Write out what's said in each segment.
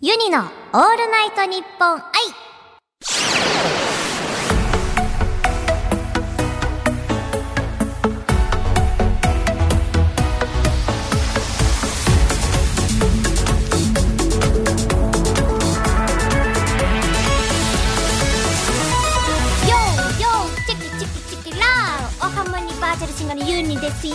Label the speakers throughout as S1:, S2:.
S1: ユニのオールナイトニッポン愛ヨーヨーチェキチェキチェキラーおはもにバーチャルシンガーのユニですよ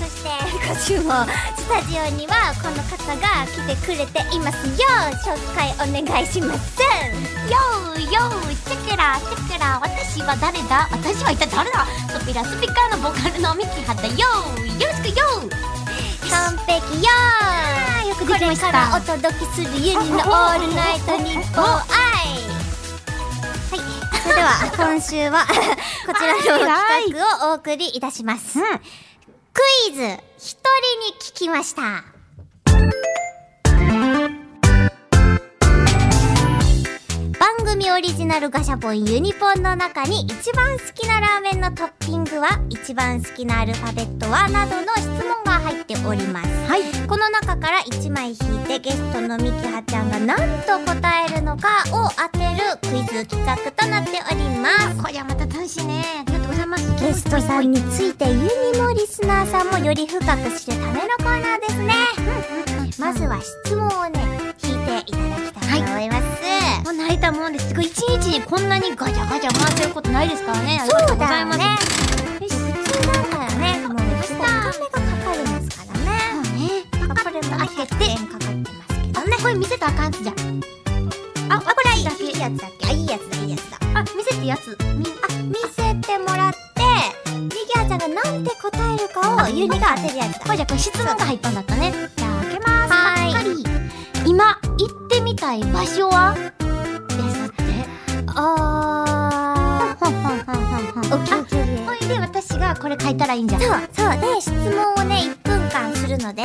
S1: そして今週もスタジオにはこの方が来てくれていますよ紹介お願いしますヨーヨーチェキラーチェキラー私は誰だ私は一体誰だソピラスピカーのボーカルのミキハだよーよろしくよー完璧よーよくできましたこれからお届けするユニのオールナイトニッポン愛それでは今週はこちらの企画をお送りいたします、クイズ一人に聞きました番組オリジナルガシャポンユニポンの中に一番好きなラーメンのトッピングは一番好きなアルファベットはなどの質問が入っております
S2: はい
S1: この中から1枚引いてゲストのみきはちゃんが何と答えるのかを当てるクイズ企画となっております
S2: こりゃまた楽しいねありがとうございます
S1: ゲストさんについてユニもリスナーさんもより深く知るためのコーナーですねまずは質問をね引いていただきたいと思います、
S2: もう慣れたもんですごい一日にこんなにガチャガチャ回ってることないですからねありが
S1: そう
S2: と
S1: う
S2: ご
S1: だ
S2: ざい
S1: よ
S2: ます
S1: ね普通だからねもう結構お金がかかるんですからねまあこれもね100円かかってますけど
S2: あんなこれ見せたらあかんやつじゃん
S1: あこれいいやつだっけあいいやつだいいやつだ
S2: あ見せてやつみ
S1: あ見せてもらってリギアちゃんがなんて答えるかをユニが当てるやつ
S2: こ
S1: だ
S2: れじゃこれ質問が入ったんだったねじゃあ開けます
S1: はー
S2: い今行ってみたい場所はですって
S1: あ
S2: ほんほんほんほん
S1: ー
S2: ほん
S1: オッケーオッケー
S2: ほいで私がこれ書いたらいいんじゃん
S1: そうそうで質問をね1分間するので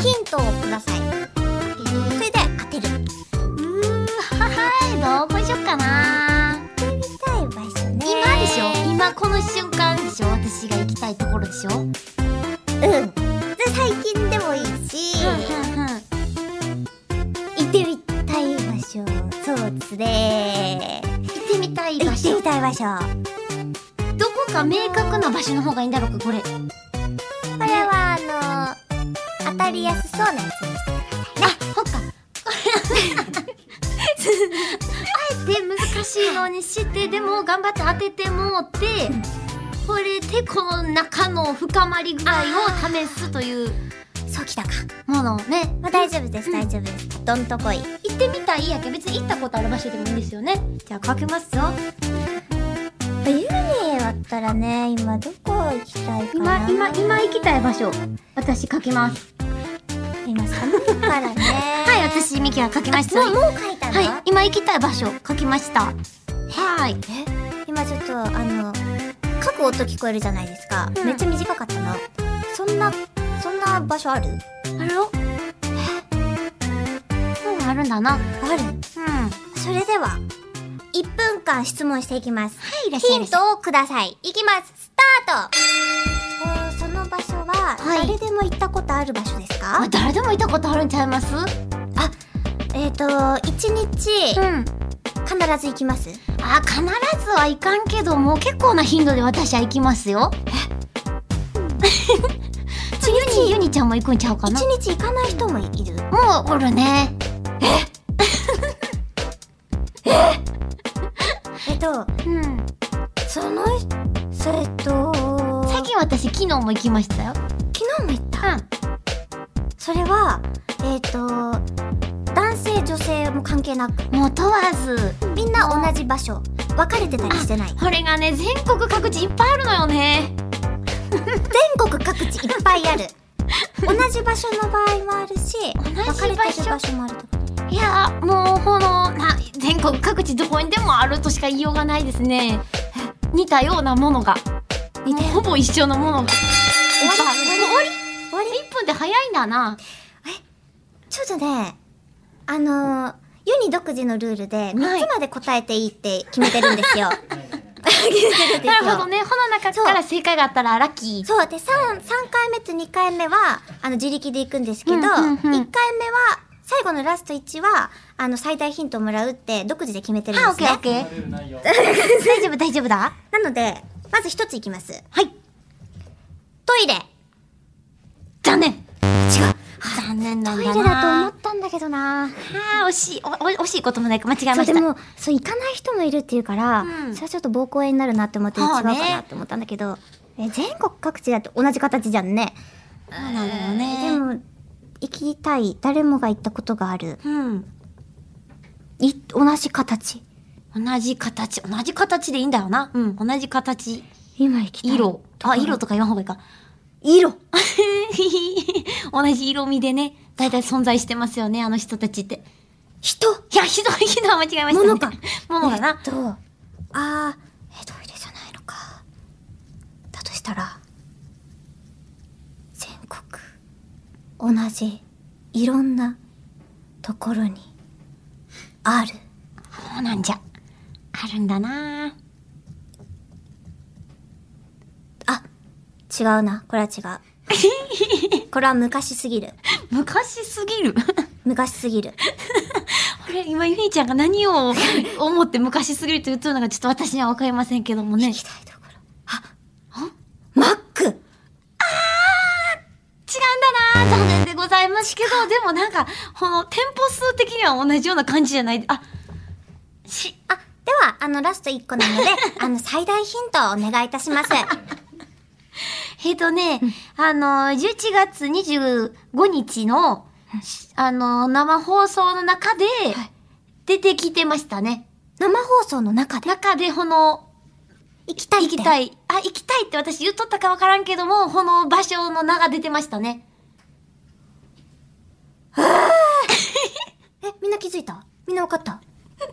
S1: ヒントをくださいそれで当てる
S2: うーんはいどうしよっかな
S1: 行きたい場所ね
S2: 今でしょ今この瞬間でしょ私が行きたいところでしょう
S1: う
S2: ん
S1: んで最近でもいいし、行ってみたい場所そうですね
S2: 行ってみたい
S1: 行
S2: 場
S1: って
S2: 所
S1: みたい場所
S2: どこか明確な場所の方がいいんだろうかこれ
S1: これはあの当たりやすそうなやつにして
S2: あ、ほっか。あえて難しいのにして、でも頑張って当ててもうて、これでこの中の深まり具合を試すという
S1: そうきたか
S2: ものをね。
S1: まあ、大丈夫です、大丈夫です。どんとこい。
S2: 行ってみたいやけど別に行ったことある場所でもいいんですよね。じゃあかけますよ。
S1: ユニだったらね、今どこ行きたいかな。
S2: 今、今、今行きたい場所。私書きます。
S1: 今寒いからね。
S2: はい、。私、ミキが書きました。
S1: もう、
S2: は
S1: もう書いたの、
S2: い、今行きたい場所書きました。はい。
S1: 今ちょっと、あの、書く音聞こえるじゃないですか。
S2: うん
S1: めっちゃ短かったな。そんな、そんな場所ある
S2: あれをうん、あるんだな。うん。
S1: ある
S2: は
S1: それでは、1分間質問していきます。
S2: い、いらっしゃ
S1: ヒ
S2: いま
S1: ン
S2: せ。
S1: トをください。いきます。スタートえー、その場所は、
S2: はい
S1: 誰でも行ったことある場所ですか、
S2: あ、誰でもいたことあるんちゃいますう
S1: えっ、と、1日、
S2: ん。
S1: 必ず行きます
S2: あ、必ずはいかんけども、結構な頻度で私は行きます よ。えユニ、ユニちゃんも行くんちゃうか
S1: 一
S2: な
S1: 日行かない人もいる
S2: もうおるね。
S1: えっと
S2: うん。
S1: その人えっと
S2: 最近私、昨日も行きましたよ。
S1: 昨日も行った
S2: うん。
S1: それはえっ、と男性女性も関係なく
S2: もう問わず。
S1: みんな同じ場所分かれてたりしてない
S2: これがね、全国各地いっぱいあるのよね。
S1: 全国各地いっぱい ある同じ場所の場合もあるし
S2: 同じ場所
S1: 分かれてる場所もあると
S2: いやーもうこのな全国各地どこにでもあるとしか言いようがないですね似たようなものが
S1: 似てる
S2: ほぼ一緒のものが
S1: 終わり
S2: 終わり
S1: 終わり
S2: 1分で早いんだな
S1: ちょっとねあのーユニ独自のルールで3つまで答えていいって決めてるんです よ、決めてるんですよ
S2: なるほどねこの中から正解があったらラッキー
S1: そうで 3, 三回目と2回目はあの自力で行くんですけど、
S2: うんうんうん
S1: 1回目は
S3: 最後のラスト1は、あの、最大ヒントをもらうって、独自で決めてるん
S2: は
S3: で
S2: オッ
S3: す
S2: ケ
S3: ね。
S2: ーオッケー。 大丈夫大丈夫だ。
S3: なので、まず一ついきます。
S2: はい。
S3: トイレ。
S2: 残念。
S3: 違う。
S2: 残念なん
S1: ト
S2: だ
S1: イ
S2: な。
S1: レだと思ったんだけどな
S2: ああ、惜しい。おお惜しいこともないか。間違えま
S1: そう
S2: した。
S1: でもそう行かない人もいるっていうから、
S2: うん
S1: それはちょっと膀胱炎になるなって思って違うか
S2: はあね
S1: なって思ったんだけど、え全国各地だって同じ形じゃんね、
S2: そうなのよ
S1: で
S2: ね。
S1: も行きたい誰もが行ったことがある
S2: うん。
S1: い同じ形
S2: 同じ形。同じ形でいいんだよな。うん。同じ形。
S1: 今行きたい
S2: 色。あ、
S1: ろ
S2: 色とか言わん方がいいか。
S1: 色
S2: 同じ色味でね、大体存在してますよね、あの人たちって。人いや、ひどい、ひどい、間違えました、ね。
S1: 物か。
S2: 物だな
S1: えっ。とあーえトイレじゃないのかだとしたら全国同じいろんなところにある
S2: そうなんじゃ。あるんだな
S1: 違うなこれは違うこれは昔すぎる
S2: 昔すぎる。
S1: 昔すぎる
S2: これ、今、ゆいちゃんが何を思って昔すぎると言ってるのがちょっと私にはわかりませんけどもね。違う
S1: 行きたいところあマック
S2: んだな残念でございますけ ど、でもなんか、この、店舗数的には同じような感じじゃない。あ、し、
S3: あ、では、あの、ラスト1個な ので、あの、最大ヒントをお願いいたします。
S2: えっ、とね、あの、11月25日の、あの、生放送の中で、出てきてましたね。
S1: 生放送の中で
S2: 中で、この、
S1: 行きたい
S2: 行
S1: って
S2: きたい。あ、行きたいって私言っとったかわからんけども、この場所の名が出てましたね。
S1: えみんな気づいたみんな分かったえ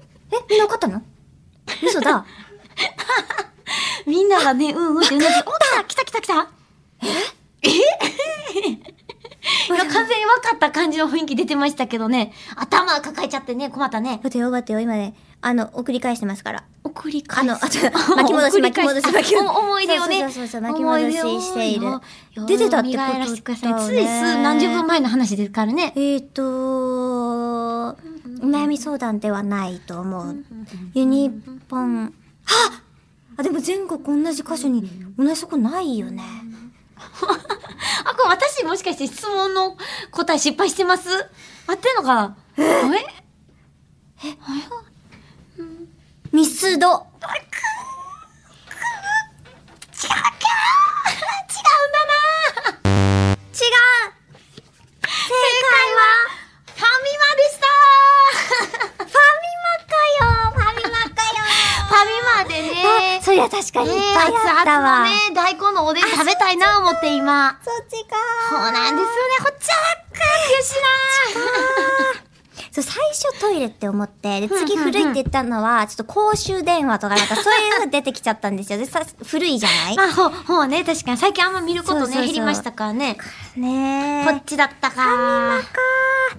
S1: みんな分かったの嘘だ
S2: みんなが ね、うんうんってうなずいて、お来た来た来た ええ今完全に分かった感じの雰囲気出てましたけどね。頭抱えちゃってね、困ったね。
S1: 待てよ待てよ今ねあの送り返してますから
S2: 送り
S1: あ
S2: 返す
S1: のあ ちょ 巻き戻し
S2: 送り
S1: 巻き
S2: 返
S1: 戻し巻き戻し
S2: あお思い出をね
S1: そうそうそうそう巻き戻ししている出てたってことだよね
S2: つい数何十分前の話ですからね
S1: えっ、とお悩み相談ではないと思う。ユニポン。はっあ、でも全国同じ箇所に同じとこないよね。
S2: あこれ私もしかして質問の答え失敗してます合ってんのかなえ
S1: ミスド。
S3: 違う
S2: 正解はファミマでしたファミマかよファミマかよファミマでね
S1: そりゃ確かにいっぱいあったわ。
S2: ね熱々のね大根のおでん食べたいな思って今
S3: そっちか
S2: そうなんですよねこっちは若干悔しいな
S1: そう最初トイレって思って、で、次
S2: うんうんうん
S1: 古いって言ったのは、ちょっと公衆電話とかなんかそういうのが出てきちゃったんですよ。で、さ、古いじゃない
S2: まあ、ほう、ほうね、確かに。最近あんま見ることね、
S1: そうそうそう
S2: 減りましたからね。
S1: ねえ。
S2: こっちだったか。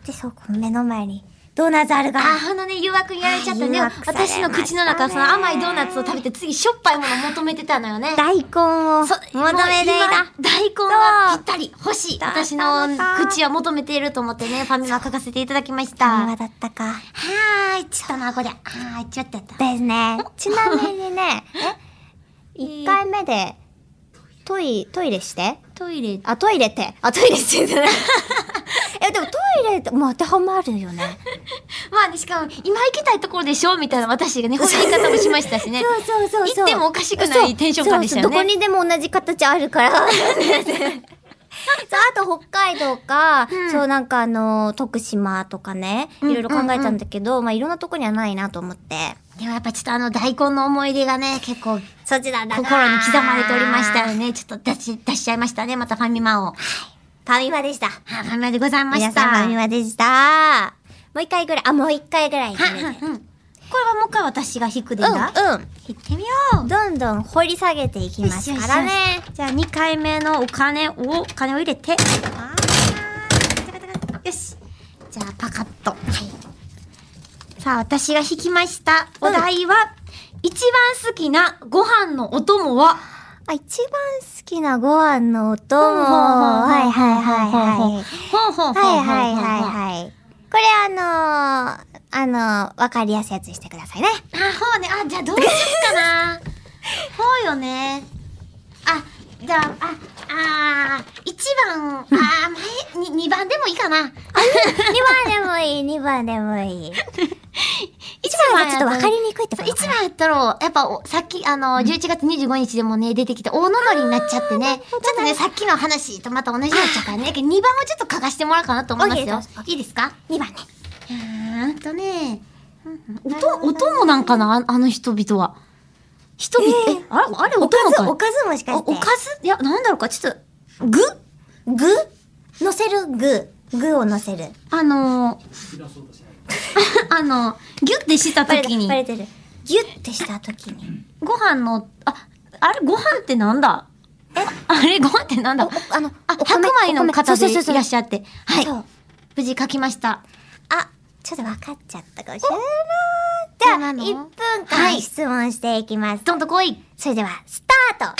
S1: で、そう、この目の前にドーナツあるが。
S2: あ、ほのね、誘惑にやられちゃっ
S1: は
S2: たね。
S1: い誘惑されました
S2: 私
S1: ね
S2: の口の中、その甘いドーナツを食べて、次、しょっぱいものを求めてたのよね。
S1: 大根を求
S2: もう今
S1: めていた。
S2: 大根はぴったり、欲しい。
S1: だったの
S2: 私
S1: か
S2: の口は求めていると思ってね、ファミマ書かせていただきまし
S1: 電
S2: た。
S1: 話
S2: は
S1: だったか。
S2: ーい、ちょっとな、これ。はーい、ちょっとやった。
S1: ですね。ちなみにね、え ?1 回目で、トイ、トイレして
S2: トイレ。
S1: あ、トイレって。あ、トイレ してんじゃないえ、でもトイレって、もう当てはまるよね。
S2: まあね、しかも、今行きたいところでしょみたいな私がね、こういう言い方もしましたしね。
S1: そうそう
S2: 行ってもおかしくないテンション感でしたよね
S1: そうそうどこにでも同じ形あるから。 そう、あと北海道か、
S2: うん
S1: そうなんかあの、徳島とかね、い
S2: うん
S1: ろいろ考えたんだけど、まあいろんなとこにはないなと思って。
S2: でもやっぱちょっとあの大根の思い出がね、結構
S1: そっちなんだな
S2: 心に刻まれておりましたよね。ちょっと出し、出しちゃいましたね。またファミマを。はい
S1: ファミマでした。
S2: ファミマでございま
S1: 皆
S2: した。
S1: さんファミ
S2: は
S1: マでした。もう一回ぐらい、あ、もう一回ぐらい決めて。
S2: うんうんこれはもう一回私が引くでいいんだ、
S1: うん、うん。
S2: 引ってみよう。
S1: どんどん掘り下げていきますからね。
S2: じゃあ2回目のお金を、お金を入れて。あーよし。じゃあパカッと。さあ私が引きました。お題は、一番好きなご飯のお供は
S1: あ、一番好きなご飯のお供。
S2: ほうほうほうほう
S1: はいはいはいはい。
S2: ほうほうほうほうほう
S1: はいはいはいはい。ここれあのーあのーわかりやすいやつにしてくださいね。
S2: あ、ほうね。あ、じゃあどうしよっかな。ほうよね。あ、じゃあ、あ、あー、一番、あー、前、に、二番でもいいかな。
S1: 2番でもいい、2番でもいい。
S2: 一
S1: 1番はちょっとわかりにくいってこと
S2: 一番やったら、やっぱお、さっき、あの、11月25日でもね、出てきた大のぼりになっちゃってね、ちょっとね、さっきの話とまた同じになっちゃうからね、2番をちょっと書かしてもらおうかなと思いますよ
S1: OK。
S2: いいですか
S1: 2番ね。
S2: うーんとね、音、音もなんかな、ああの人々は。人々、
S1: え
S2: え
S1: ー
S2: あれ、あれ音
S1: おか
S2: も
S1: ず、
S2: かい
S1: おかずもしか
S2: お
S1: して。
S2: おかずいや、なんだろうか、ちょっと、
S1: 具具乗せる具。具を乗せる。
S2: あのー、 あの、ギュッてした
S1: バレ
S2: 時
S1: てる、
S2: に
S1: バ、レてる。ギュッてした時に。
S2: ご飯の、あ、あれ、ご飯ってなんだ あれ、ご飯ってなんだ
S1: あの、
S2: あ、白米の方でいらっ
S1: ゃ
S2: しゃって。
S1: は。
S2: はいい
S1: そ。う
S2: 無事書きました。
S1: あ、ちょっと分かっちゃったかもしれない
S2: な
S1: な
S2: の
S1: ー。じゃあ、1分
S2: は
S1: 間
S2: い
S1: 質問していきます。
S2: どんと来い。
S1: それでは、スタート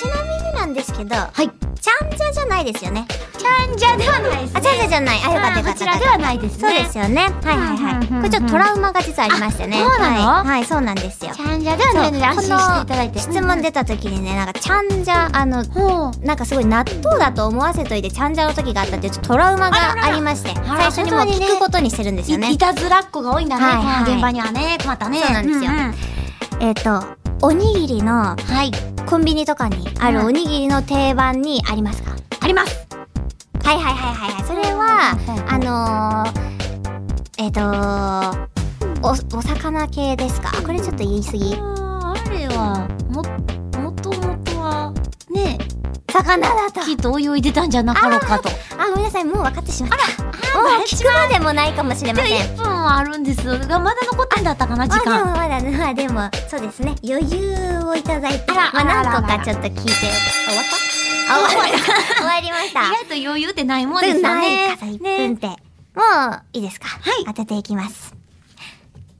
S1: ちなみになんですけど、
S2: はい。
S1: ちゃんじゃじゃないですよね。
S2: ちゃんじゃではないです
S1: あ、ちゃんじゃじゃない。あ、よかったよか
S2: こ
S1: った
S2: ち
S1: よからっ
S2: で
S1: た。
S2: はないですね。
S1: そうですよね。はいはい
S2: うん
S1: は
S2: う
S1: い。
S2: んうんう
S1: こ
S2: ん
S1: れちょっとトラウマが実はありましてね。
S2: あそうなの
S1: はい、はい、そうなんですよ。
S2: ちゃんじゃではないので安心していただいて。
S1: そうこの質問出た時にね、なんかちゃんじゃ、あの、
S2: ほう。
S1: なんかすごい納豆だと思わせといてちゃんじゃの時があったっていうちょっとトラウマがありまして、
S2: らら
S1: 最初にもう聞くことにしてるんですよね
S2: い。いたずらっ子が多いんだね。
S1: はいはい
S2: この現場にはね。困ったね。
S1: そうなんですよえっ、と、おにぎりの
S2: はい。
S1: コンビニとかにある
S2: うん
S1: おにぎりの定番にありますか、
S2: あります。
S1: はいはいはいはいはい。それは
S2: うんうんう、
S1: あのー、えっ、とお、お魚系ですかあこれちょっと言い過ぎ。
S2: あーあれは、も、もともとは、ね、
S1: 魚だと。
S2: きっと泳いでたんじゃなかろうかと。
S1: あ、ごめんなさい、もう分かってしまった。もう聞くまでもないかもしれません。
S2: 1分はあるんですが、まだ残ってんだったかな、時
S1: あ、でも
S2: 間。
S1: まだね、まあでも、そうですね、余裕をいただいて、
S2: あら
S1: まあ
S2: あらあら
S1: 何個
S2: あ
S1: からちょっと聞いて、終わった あ、終わった。終わりました。
S2: 意外と余裕ってないもんで
S1: 分
S2: すよ
S1: ない
S2: ね
S1: か。1分
S2: ね
S1: って。もう、いいですか
S2: はい
S1: 当てていきます。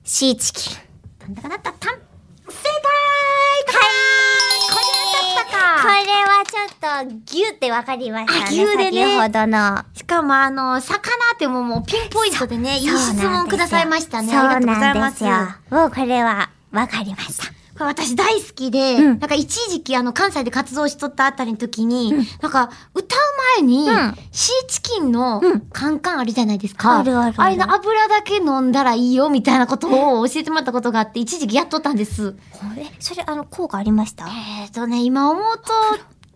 S1: シーチキン。
S2: なんだかなったたん。
S1: 正解はいこれはちょっとギュってわかりましたね。
S2: あギュでね
S1: 先ほどの。
S2: しかも、あの、魚ってもうもうピンポイントでね、いい質問くださいましたね。
S1: そう
S2: ありがとうござい
S1: な
S2: ま
S1: んです
S2: す。
S1: よ。もうこれはわかりました。
S2: これ私大好きで、
S1: うん
S2: なんか一時期あの関西で活動しとったあたりの時に、なんか歌う前に、
S1: うん
S2: シーチキンの
S1: うん
S2: カンカンあるじゃないですか。
S1: あるあるある
S2: れの油だけ飲んだらいいよみたいなことを教えてもらったことがあって、一時期やっとったんです。
S1: え、それあの効果ありました
S2: えーとね、今思うと、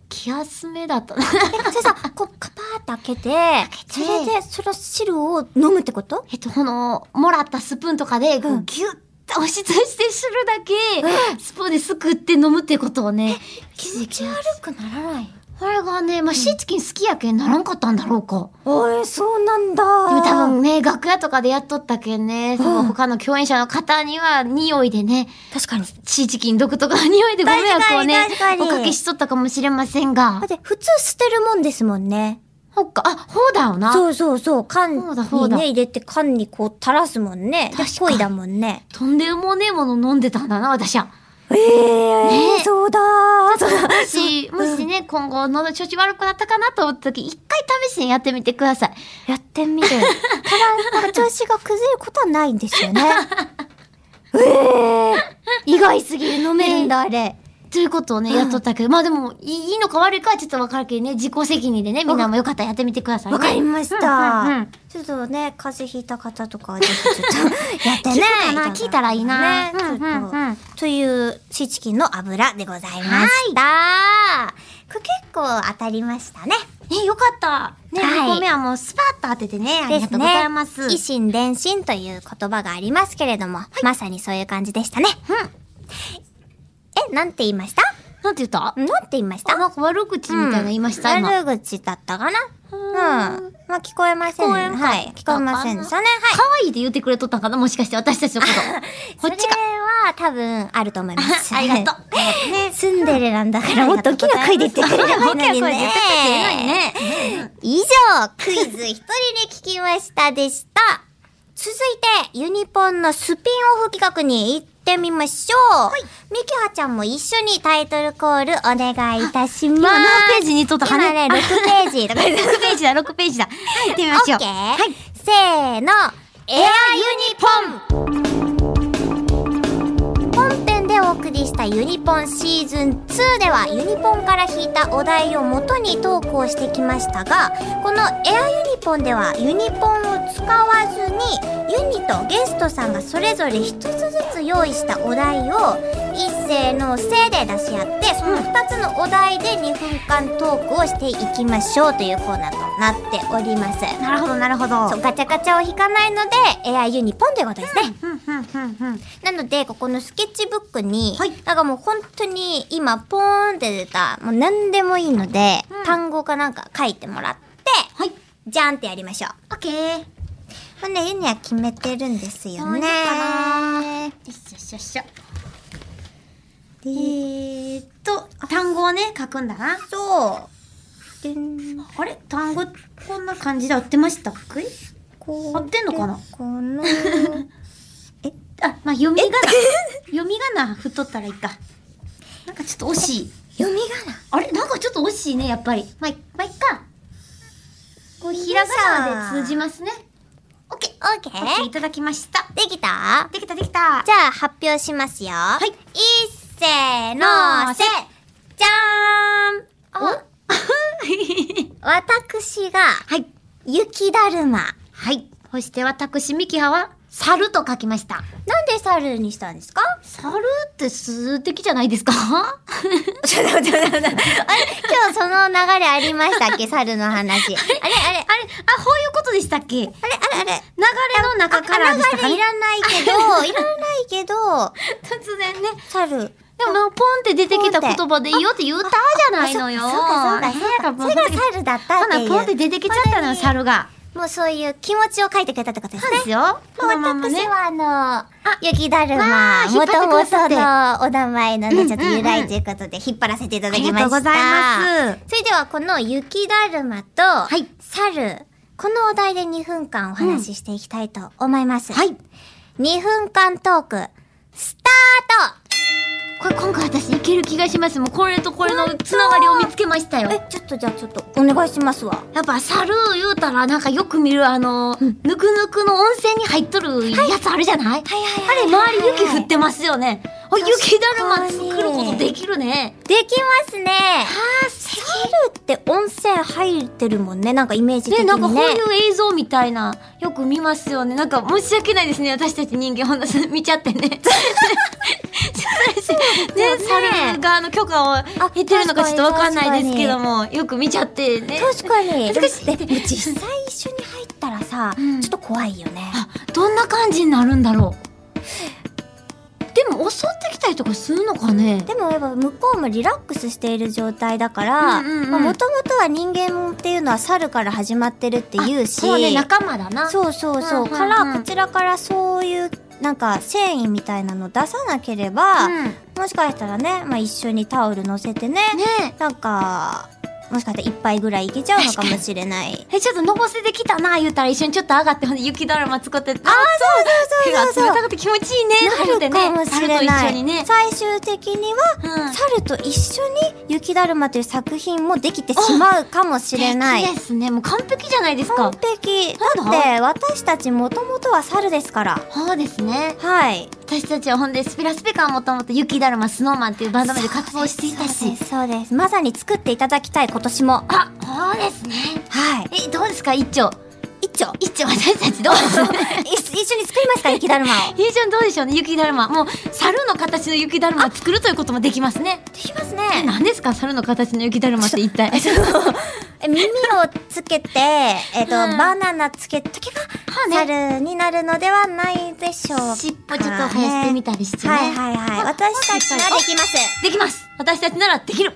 S2: 気休めだったな。
S1: え、それさ、 こう、カパーって開けて、そ
S2: 開けて
S1: れで、その汁を飲むってこと
S2: えっと、この、もらったスプーンとかで、こ
S1: う
S2: うんギュッと押しつぶしてするだけ、スプーンですくって飲むってことをね、気づきある。
S1: くならない。
S2: これがね、まあ、シーチキン好きやけんならんかったんだろうか。
S1: おい、そうなん
S2: でも
S1: だ。
S2: 多分ね、楽屋とかでやっとったけんね、その他の共演者の方には匂いでね、
S1: 確かに。
S2: シーチキン独特の匂いでご迷惑をね
S1: 確かに確か、に
S2: おかけしとったかもしれませんが
S1: だっ。て、普通捨てるもんですもんね。
S2: ほっか、あ、ほうだよな。
S1: そうそうそう。缶
S2: そうだそう
S1: に
S2: だ
S1: ね、入れて缶にこう垂らすもんね。で
S2: 確か、に
S1: 恋だもんね。
S2: とんでもねえもの飲んでたんだな、私は。
S1: ええ
S2: ね
S1: そうだそうだ。
S2: もし、もしね、今後喉調子悪くなったかなと思った時、一回試してやってみてください。
S1: やってみる。 ただ、この調子が崩れることはないんですよ ね。ええ意外すぎる。飲めるんだ、あれ。
S2: ということをね、やっとったけど、まあでも、いいいのか悪いかはちょっとわからんけどね、自己責任でね、みんなもよかったらやってみてくださいね。
S1: わかりました、
S2: うんうんうん
S1: ちょっとね、風邪ひいた方とかはぜひちょっとやってね。
S2: 聞くかな聞いたらいいな
S1: ね、ちょっと、
S2: うんうんうん
S1: という、シーチキンの油でございました。これ結構当たりましたね。
S2: ね、よかった。ね、
S1: はい
S2: 2個目はもうスパッと当ててね、ありがとうございま
S1: で
S2: す。
S1: すね、維新伝心という言葉がありますけれども、まさにそういう感じでしたね。え、なんて言いました
S2: なんて言った
S1: なんて言いました
S2: あ、なんか悪口みたいなの言いました、
S1: うん
S2: 今。
S1: 悪口だったかなうんん。まあ、聞こえません。
S2: 聞こえんかった
S1: はい。聞こえませんでしたね。はい。
S2: 可愛いって言ってくれとったんかなもしかして私たちの こと。こっち
S1: そ
S2: か。
S1: れは多分 あると思います。
S2: ありがとう。
S1: ね、住んでるなんだからもっと大きな声で言ってくれればいいのにね。以上、クイズ一人で聞きましたでした。 続いて、ユニポンのスピンオフ企画に行ってみましょう。ミキハちゃんも一緒にタイトルコールお願いいたします
S2: 今。何ページにとったか
S1: 今ね、
S2: ね。
S1: 6ページとか
S2: 6ページだ、6ページだ。行ってみましょ
S1: オ
S2: う。
S1: ッケー、
S2: はい
S1: スせーの、エアユニポン本編でお送りしたユニポンシーズン2ではユニポンから引いたお題を元にトークをしてきましたが、このエアユニポンではユニポンを使わずに、ユニとゲストさんがそれぞれ一つずつ用意したお題を、一斉のせいで出し合って、その2つのお題で2分間トークをしていきましょうというコーナーとなっております。
S2: なるほど、なるほど。
S1: そうガチャガチャを引かないのでエアユニポンということですね、
S2: うん、うん、うん、うん。
S1: なのでここのスケッチブックに、
S2: はい
S1: なんかもう本当に今ポーンって出たもう何でもいいので、
S2: うん
S1: 単語かなんか書いてもらって
S2: はい。
S1: じゃんってやりましょう
S2: オッケー。よ
S1: まあねユニは決めてるんですよね
S2: どうしようかしょしょしょ。
S1: で
S2: えーっと、単語をね、書くんだな。
S1: そうでん
S2: あれ単語、こんな感じで合ってましたっけ
S1: こ
S2: 合ってんのかな
S1: こ の
S2: あ、まあ、読み仮名。 読み仮名、太ったらいいか。なんかちょっと惜しい。
S1: 読み仮名
S2: あれなんかちょっと惜しいね、やっぱり。まあ、いまあ、いっか。こう、ひらがなで通じますね。
S1: オッケーオッケ
S2: オッケー
S1: ー
S2: いただきました。
S1: できた
S2: できた、できた。
S1: じゃあ発表しますよ。はい。いっせーのせ、じゃーんお私が、
S2: はい。
S1: 雪だるま。
S2: はい。そして私、ミキハは、猿と書きました。
S1: なんで猿にしたんですか
S2: 猿って数的じゃないですか
S1: ちょっと待って待って待ってあれ今日その流れありましたっ け猿の話。あれあれ
S2: あれ、あ、こういうことでしたっけ流れ
S1: あれあれあれ
S2: の中からでした
S1: 流
S2: か
S1: れい
S2: ね
S1: らないけど、いらないけど、
S2: 突然ね。
S1: 猿。
S2: でも、まあポンって出てきた言葉でいいよって言ったじゃないのよ。
S1: あそうかそうかそうか。それが猿だった
S2: ほ
S1: っていう。
S2: な、ポンって出てきちゃったのよ、猿が。
S1: もうそういう気持ちを書いてくれたってことです
S2: そう
S1: ね
S2: で。すよ。この
S1: まあ、
S2: まま
S1: 私
S2: ね。
S1: はあの雪だるま、
S2: わー引
S1: も
S2: っ
S1: と
S2: 張
S1: も
S2: ってくださ
S1: と
S2: って
S1: のお名前の
S2: う
S1: ね、
S2: ん
S1: ちょっと由
S2: うんう
S1: 来
S2: ん
S1: ということで引っ張らせていた
S2: あ
S1: だき
S2: り
S1: まし
S2: が
S1: た。
S2: とうございます。
S1: それではこの雪だるまと、
S2: い
S1: 猿、このお題で2分間お話ししていきたいと思います。
S2: はい。
S1: 2分間トーク、ス
S2: これ今回私いける気がします。もうこれとこれのつながりを見つけました
S1: タ
S2: よ。
S1: ートえ、ちょっとじゃあちょっとお願いしますわ。
S2: やっぱ猿言うたらなんかよく見るあの、ぬくぬくの温泉に入っとるやつあるじゃない、
S1: はいはい
S2: あれ周り雪降ってますよね。あ、
S1: 確かに
S2: 雪だるま作ることできるね。
S1: できますね。
S2: あ
S1: セルって温泉入ってるもんね、なんかイメージ的
S2: ね、
S1: にね。
S2: なんかこういう映像みたいな、よく見ますよね。なんか申し訳ないですね。私たち人間、ほんと見ちゃってね。 ね、猿があの許可を得てるのかちょっとわかんないですけども、よく見ちゃってね。
S1: 確かに。
S2: 難しい
S1: でもでも実際一緒に入ったらさ、
S2: うん
S1: ちょっと怖いよね。
S2: あどんな感じになるんだろうでも襲ってきたりとかするのかね
S1: でもやっぱ向こうもリラックスしている状態だから、
S2: うんうんうん
S1: まあもともとは人間っていうのは猿から始まってるって言うし、
S2: そうね仲間だな
S1: そうそうそう、
S2: うんうんうん
S1: からこちらからそういうなんか繊維みたいなの出さなければ、
S2: うん
S1: もしかしたらね、まあ、一緒にタオル乗せてね、
S2: ね
S1: なんかもしかしたら一杯ぐらいいけちゃうのかもしれない。
S2: えちょっとのぼせてきたな言うたら一緒にちょっと上がってほんで雪だるま作ってあ
S1: そうそうそう
S2: 手が
S1: そう
S2: 冷たくて気持ちいいねって言
S1: な
S2: って
S1: るかも
S2: ね
S1: しれな
S2: 猿と一緒
S1: い。
S2: にね、
S1: 最終的には
S2: うん
S1: 猿と一緒に雪だるまという作品もできてしまうかもしれない。
S2: 素敵ですねもう完璧じゃないですか
S1: 完璧。
S2: そうだ
S1: だって私たちもともとは猿ですから。
S2: そうですね
S1: はい。
S2: 私たちはほんでスピラスピカーもともと雪だるまスノーマンっていうバンド名で活動していた
S1: そうで
S2: し
S1: す。そうです。まさに作っていただきたい今年も。
S2: あそうですね
S1: はい。
S2: えどうですか一丁
S1: 一丁。
S2: 一丁私たちどうです
S1: い一緒に作りますか雪だるまを。
S2: ゆうちゃんどうでしょうね雪だるまもう猿の形の雪だるま作るということもできますね
S1: できます
S2: え
S1: ね。
S2: 何ですか猿の形の雪だるまって一体
S1: え耳をつけて、えっと、
S2: うん
S1: バナナつけとけば、
S2: ね
S1: 猿になるのではないでしょうか、ね。
S2: 尻尾ちょっと生やしてみたりしてね
S1: はいはいはい。私たちはできます。
S2: できます私たちならできる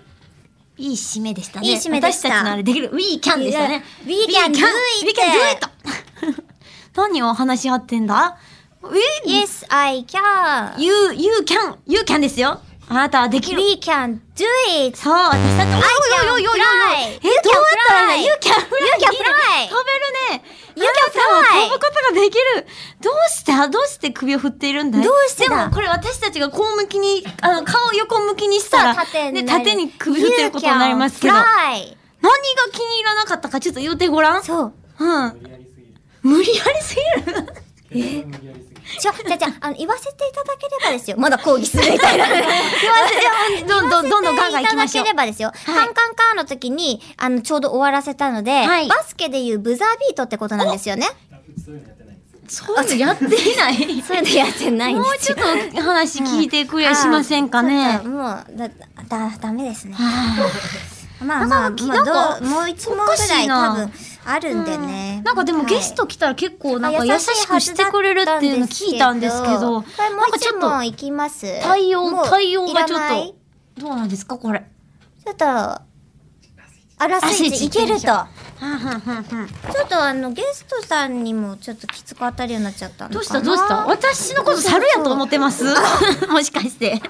S2: いい締めでしたね
S1: いい締めでした
S2: 私たちならできる We can でしたね
S1: We can do it
S2: We can do it 何を話し合ってんだ We
S1: Yes, I can.
S2: You You can You can ですよあなたはできる
S1: We can do it.
S2: そう、私たち、おい
S1: can
S2: おいおいおいおい
S1: fly.
S2: え、どうやったらいい
S1: You
S2: ?You can
S1: can
S2: fly!
S1: fly.
S2: 飛べるね
S1: You can fly.
S2: あなたは飛ぶことができるどうしてどうして首を振っているんだい
S1: どうしてだ
S2: でもこれ私たちがこう向きに、あの、顔を横向きにしたら、
S1: そう縦に
S2: ね、
S1: なる
S2: 縦に首振ってることになりますけど、
S1: You
S2: 何が
S1: can fly.
S2: 気に入らなかったかちょっと言うてごらん。
S1: そう。
S2: うん。無理やりすぎる。
S1: じゃ、じゃ、じゃ、あの、言わせていただければですよ。 まだ抗議するみたいな。 言わせて、
S2: どんどんどんどんガンガン行きましょ
S1: いただけ。
S2: う
S1: ればですよ。カンカンカンの時に、あの、ちょうど終わらせたので、
S2: はい
S1: バスケでいうブザービートってことなんですよね。
S2: そういうのやっていない。
S1: そういうのやってないん
S2: も
S1: で
S2: う
S1: す
S2: ちょ
S1: よ。
S2: っと話聞いてくれしませんかね
S1: あー。そうだもう、だ、だ、だめですね。
S2: は
S1: まあまあ、
S2: なんか
S1: まあ、
S2: なん
S1: ど
S2: か
S1: うもう一問ぐ
S2: おかし
S1: らい
S2: い
S1: 多
S2: な
S1: 分あるんで
S2: い
S1: ね。
S2: なんかで
S1: は
S2: も
S1: い
S2: ゲスト来たら結構なん
S1: あ
S2: か優しくしてくれるっていうの聞いたんですけど、
S1: これも
S2: なん
S1: う
S2: かち
S1: 一
S2: ょっ
S1: 問
S2: と
S1: いきます。
S2: 対
S1: も
S2: 応、
S1: う
S2: 対応がちょ
S1: いら
S2: っ
S1: ない
S2: と、どうなんですかこれ。
S1: ちょっと、あらスイッチいけると。ちょ
S2: はんはんはんはん
S1: っとあの、ゲストさんにもちょっときつく当たるようになっちゃったのかな。
S2: どうしたどうした私のこと猿やと思ってますもしかして。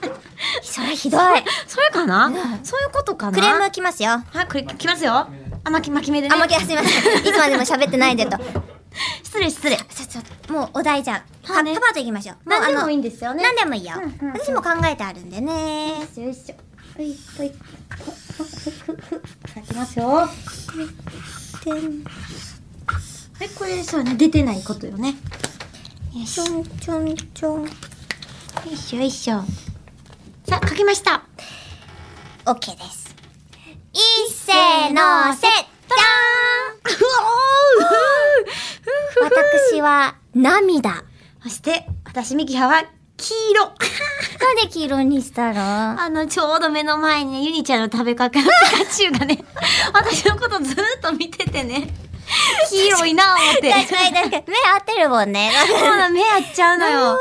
S1: それひどい。
S2: それかなそういうことかな
S1: クレームきますよ。
S2: はい、これ、来ますよ。あ、まき、まきめでね。
S1: あ、負けすいま せん。いつまでも喋ってないでと。
S2: 失礼、失礼。
S1: さちょっともうお題じゃあ、
S2: は
S1: カ
S2: いね
S1: カバーといきましょう。
S2: 何で
S1: あ
S2: も
S1: の
S2: いいんですよね。
S1: 何でもいいよ
S2: うんうんう。ん
S1: 私も考えてあるんでね。
S2: よいしょ。ほい、ほい。書きますよ。はい、これですよね。出てないことよね。よし
S1: ちょんちょんちょん。
S2: よいしょ、よいしょ。さあ、書きました。
S1: オッケーです。いっせーのせ、じゃーん私は涙。
S2: そして、私、ミキハは、黄色。
S1: なんで黄色にしたの
S2: あの、ちょうど目の前にね、ユニちゃんの食べかけのピカチュウがね、 私のことずーっと見ててね、黄色いなぁ思って。
S1: 確かに確かに。目合ってるもんね。
S2: そうなの目合っちゃう
S1: な
S2: の
S1: る
S2: よ。
S1: ほど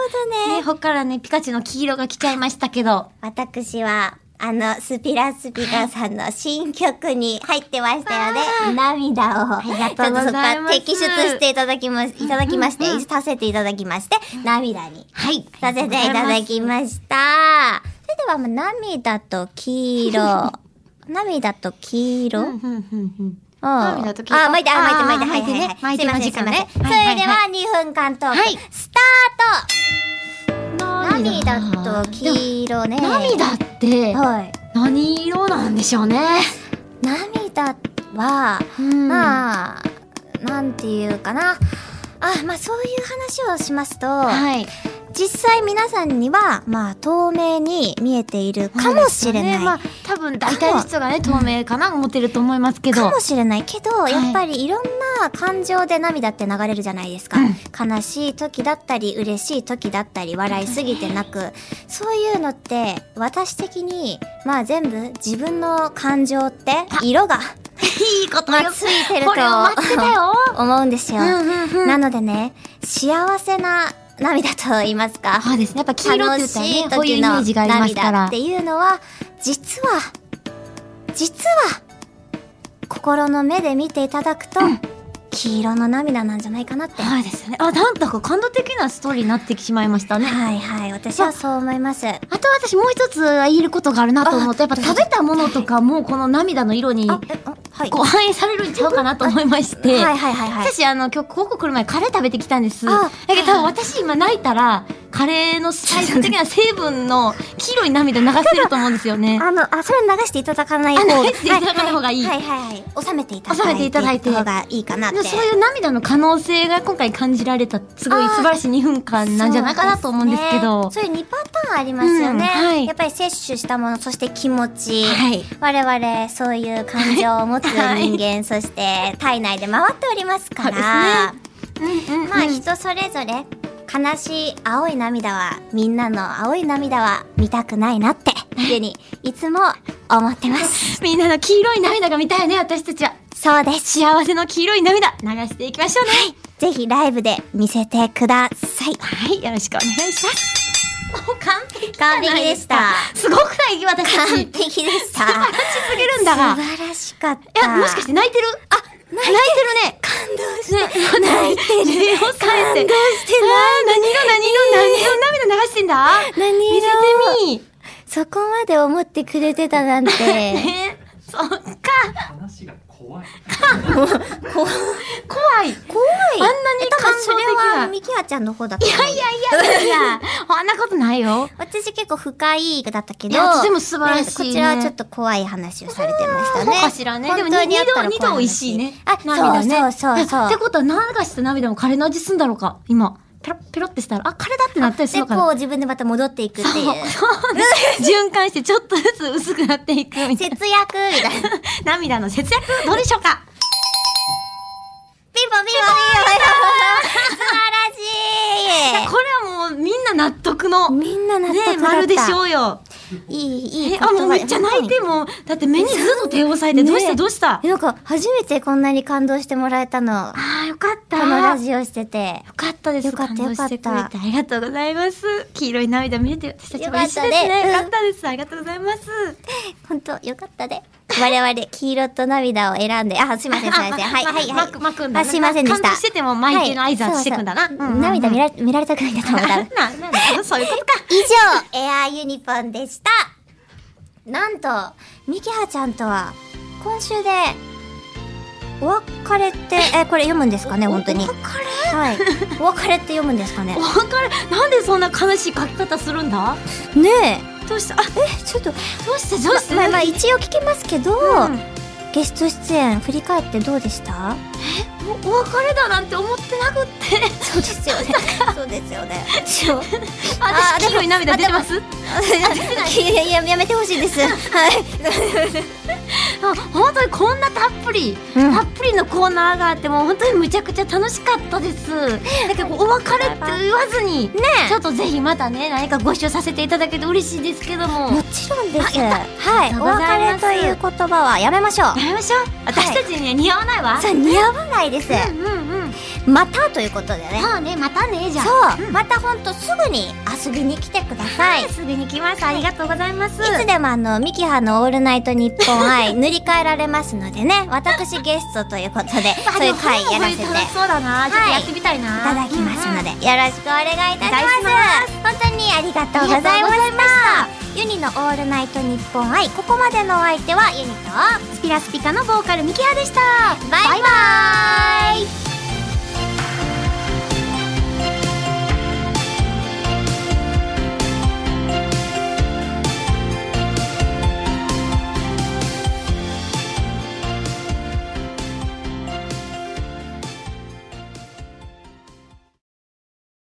S1: ね
S2: ね、ほっからね、ピカチュウの黄色が来ちゃいましたけど。
S1: 私は、あの、スピラスピラさんの新曲に入ってましたよね。涙を。あり
S2: がとうございます
S1: 摘出していただきます、いただきまして、させていただきまして、涙に
S2: はい。
S1: させていただきました。それでは、まあ涙と黄 色。涙と黄色、
S2: うんうんうんうん
S1: 涙
S2: 涙と黄色
S1: あ、巻いて、あ、巻いて、
S2: あー
S1: 巻いて、はいはいはい。
S2: 巻い
S1: すいません
S2: てね巻いての時間ね
S1: すいませんそ
S2: はいはいはい
S1: れでは、2分間トーク、
S2: はい
S1: スタート涙と黄色ね。
S2: でも涙って
S1: はい。
S2: 何色なんでしょうね。
S1: 涙は、
S2: うん
S1: まあ、なんていうかな。あ、まあそういう話をしますと、
S2: はい。
S1: 実際皆さんには、まあ透明に見えているかもしれない。
S2: ねまあ、多分大体の人がね、透明かな思ってると思いますけど
S1: かも。しれないけど、
S2: い
S1: やっぱりいろんな感情で涙って流れるじゃないですか、悲しい時だったり嬉しい時だったり笑いすぎて泣くそういうのって私的にまあ全部自分の感情って色が
S2: いいこと
S1: まあついてると
S2: これを待ってたよ。
S1: 思うんですよ、
S2: ん
S1: なのでね幸せな涙と言いますか
S2: そうですね。やっぱ黄色って言ったらね、こういうイメージがありますか
S1: 涙
S2: ら
S1: っ。ていうのは実は実は心の目で見ていただくと、黄色の涙なんじゃないかなって、
S2: そうですね。あ、なんだか感動的なストーリーになってきてしまいましたね。
S1: はいはい私はそう思います、
S2: あと私もう一つ言えることがあるなと思うと、やっぱ食べたものとかもこの涙の色に
S1: あえあはい
S2: こう反映されるんちゃうかなと思いまし
S1: は
S2: て。
S1: いはいはいはい
S2: 私あの今日ここ来る前カレー食べてきたんです。
S1: あ
S2: だけど多分私今泣いたらカレーの最終的な成分の黄色い涙流せると思うんですよね。
S1: あのあそれ流していただかない方
S2: あ流していただかない方がいい
S1: はいはいはいはい収めていただ
S2: 収めていただ
S1: い
S2: い
S1: て
S2: て
S1: 方がいいかなっ
S2: でも
S1: て
S2: そういう涙の可能性が今回感じられたすごい素晴らしい2分間なんじゃないかなと思うんですけど。
S1: そうですねそういう2パターンありますよね、
S2: うんはい
S1: やっぱり摂取したものそして気持ち、
S2: はい
S1: 我々そういう感情を持つ 人間、そして体内で回っておりますから
S2: うんうん
S1: まあ人それぞれ悲しい青い涙はみんなの青い涙は見たくないなっていうふうにいつも思ってます。
S2: みんなの黄色い涙が見たいね、私たちは。
S1: そうです。
S2: 幸せの黄色い涙流していきましょうね。
S1: ぜひライブで見せてください。
S2: はい、よろしくお願いします。もう完璧じゃ
S1: 完
S2: ない
S1: 璧で
S2: で
S1: し
S2: す
S1: た
S2: か。。すごくない私たち。
S1: 完
S2: 素
S1: 璧で した。
S2: 晴るんだが。
S1: 素晴らしかっ
S2: い
S1: た。
S2: や、もしかして泣いてるあ、泣いてるね。感動して。泣いてる。目を感動してない。何色何色何色涙流してんだ
S1: 何色
S2: 見せてみ。
S1: そこまで思ってくれてたなんて。
S2: え、そっか。
S4: 話がこ怖い。
S2: 怖い。
S1: 怖い。
S2: あんなに
S1: え多分
S2: 感
S1: そ
S2: 動
S1: れ
S2: 的
S1: は
S2: な。
S1: ミキアちゃんの方だった。いやいや。
S2: いやいやいや、あんなことないよ。
S1: 私結構深いだったけ
S2: い
S1: ど。
S2: や、でも素晴らしい、ね。
S1: こちらはちょっと怖い話をされてましたね。
S2: そうかしらね。でも
S1: 本当に
S2: 二
S1: あった
S2: 度、
S1: ら
S2: 二
S1: 怖
S2: 度
S1: 話
S2: 美味しいね。
S1: あ、そうそうそうそう。
S2: ってことは、流した涙もカレーの味すんだろうか。今、ペロッペロってしたら、あ、カレーだってなったりす
S1: で、
S2: るのか
S1: こ
S2: な。
S1: う自分でまた戻っていくっていう。
S2: 循環して、ちょっとずつ薄くなっていくみたいな。
S1: 節約みたいな。
S2: 涙の節約、どうでしょうか
S1: ピンポンピンポンピンポン素晴らしい
S2: これはもう、みんな納得の。ね
S1: みんな納得だっ
S2: え、
S1: た。
S2: 丸でしょうよ。
S1: いい、いい言
S2: え、
S1: 葉
S2: あ、もうめっちゃ泣いてもう、だって目にずっと手を押さえて、
S1: ねえ
S2: どうしたどうした
S1: なんか、初めてこんなに感動してもらえたの。
S2: あー、よかった。
S1: このラジオしてて。
S2: よかったです。
S1: よかった
S2: 感動してくれて
S1: よかった
S2: ありがとうございます。黄色い涙見れて私たちも嬉し
S1: よ
S2: いです
S1: かった
S2: ね。
S1: ね
S2: よかったです。ありがとうございます。
S1: 本当よかったで。我々、黄色と涙を選んで、あ、すいません、すいません。 はい、はい、はい。
S2: まく、まくんだ
S1: あ、すいませんでした。
S2: 感動してても、マイケの
S1: は
S2: 合
S1: い
S2: 図はしてくんだな。
S1: そううそうん
S2: うんうん
S1: 涙見られ見られたくないんだと 思う から。
S2: な、な、な、そういうことか。
S1: 以上、エアーユニポンでした。なんと、ミキハちゃんとは、今週で、お別れって、え、これ読むんですかね、本当に。
S2: お別
S1: はい。お別れって読むんですかね
S2: れ、。お別れ、なんでそんな悲しい書き方するんだ
S1: ね
S2: どうしたあ、
S1: え、え、ちょっと、
S2: どうしたどうした
S1: まあまあ、一応聞きますけど、
S2: うん
S1: ゲスト出演振り返ってどうでした
S2: おお別れだなんて思ってなくって。
S1: そうです よね。そうですよね。
S2: あ、
S1: あで
S2: 私、
S1: も
S2: 黄色い涙出てます
S1: いやいや、やめてほしいです。はい。
S2: あ本当にこんなたっぷり、
S1: うん
S2: たっぷりのコーナーがあってもう本当にむちゃくちゃ楽しかったですだけどお別れって言わずに、ちょっとぜひまたね何かご一緒させていただけて嬉しいですけども
S1: もちろんです。はい。
S2: ありがとう
S1: お
S2: ございます
S1: 別れという言葉はやめましょう。
S2: やめましょう私たちには似合わないわ、
S1: さあ、似合わないです。
S2: うんうんうん
S1: またということでね。
S2: まあねまたねじゃあ
S1: そう、またほんとすぐに遊びに来てください。い
S2: すぐに来ますありがとうございます
S1: つでもあの、ミキハのオールナイトニッポン愛塗り替えられますのでね、私ゲストということ で、そういう回やらせてい
S2: 楽しそうだなちょっとやってみたいな、
S1: ただきますので、よろしくお願いいたします。
S2: お願
S1: 本当にありがとうございました。ユニのオールナイトニッポン愛、ここまでのお相手はユニと、
S2: スピラスピカのボーカルミキハでした
S1: バイバイ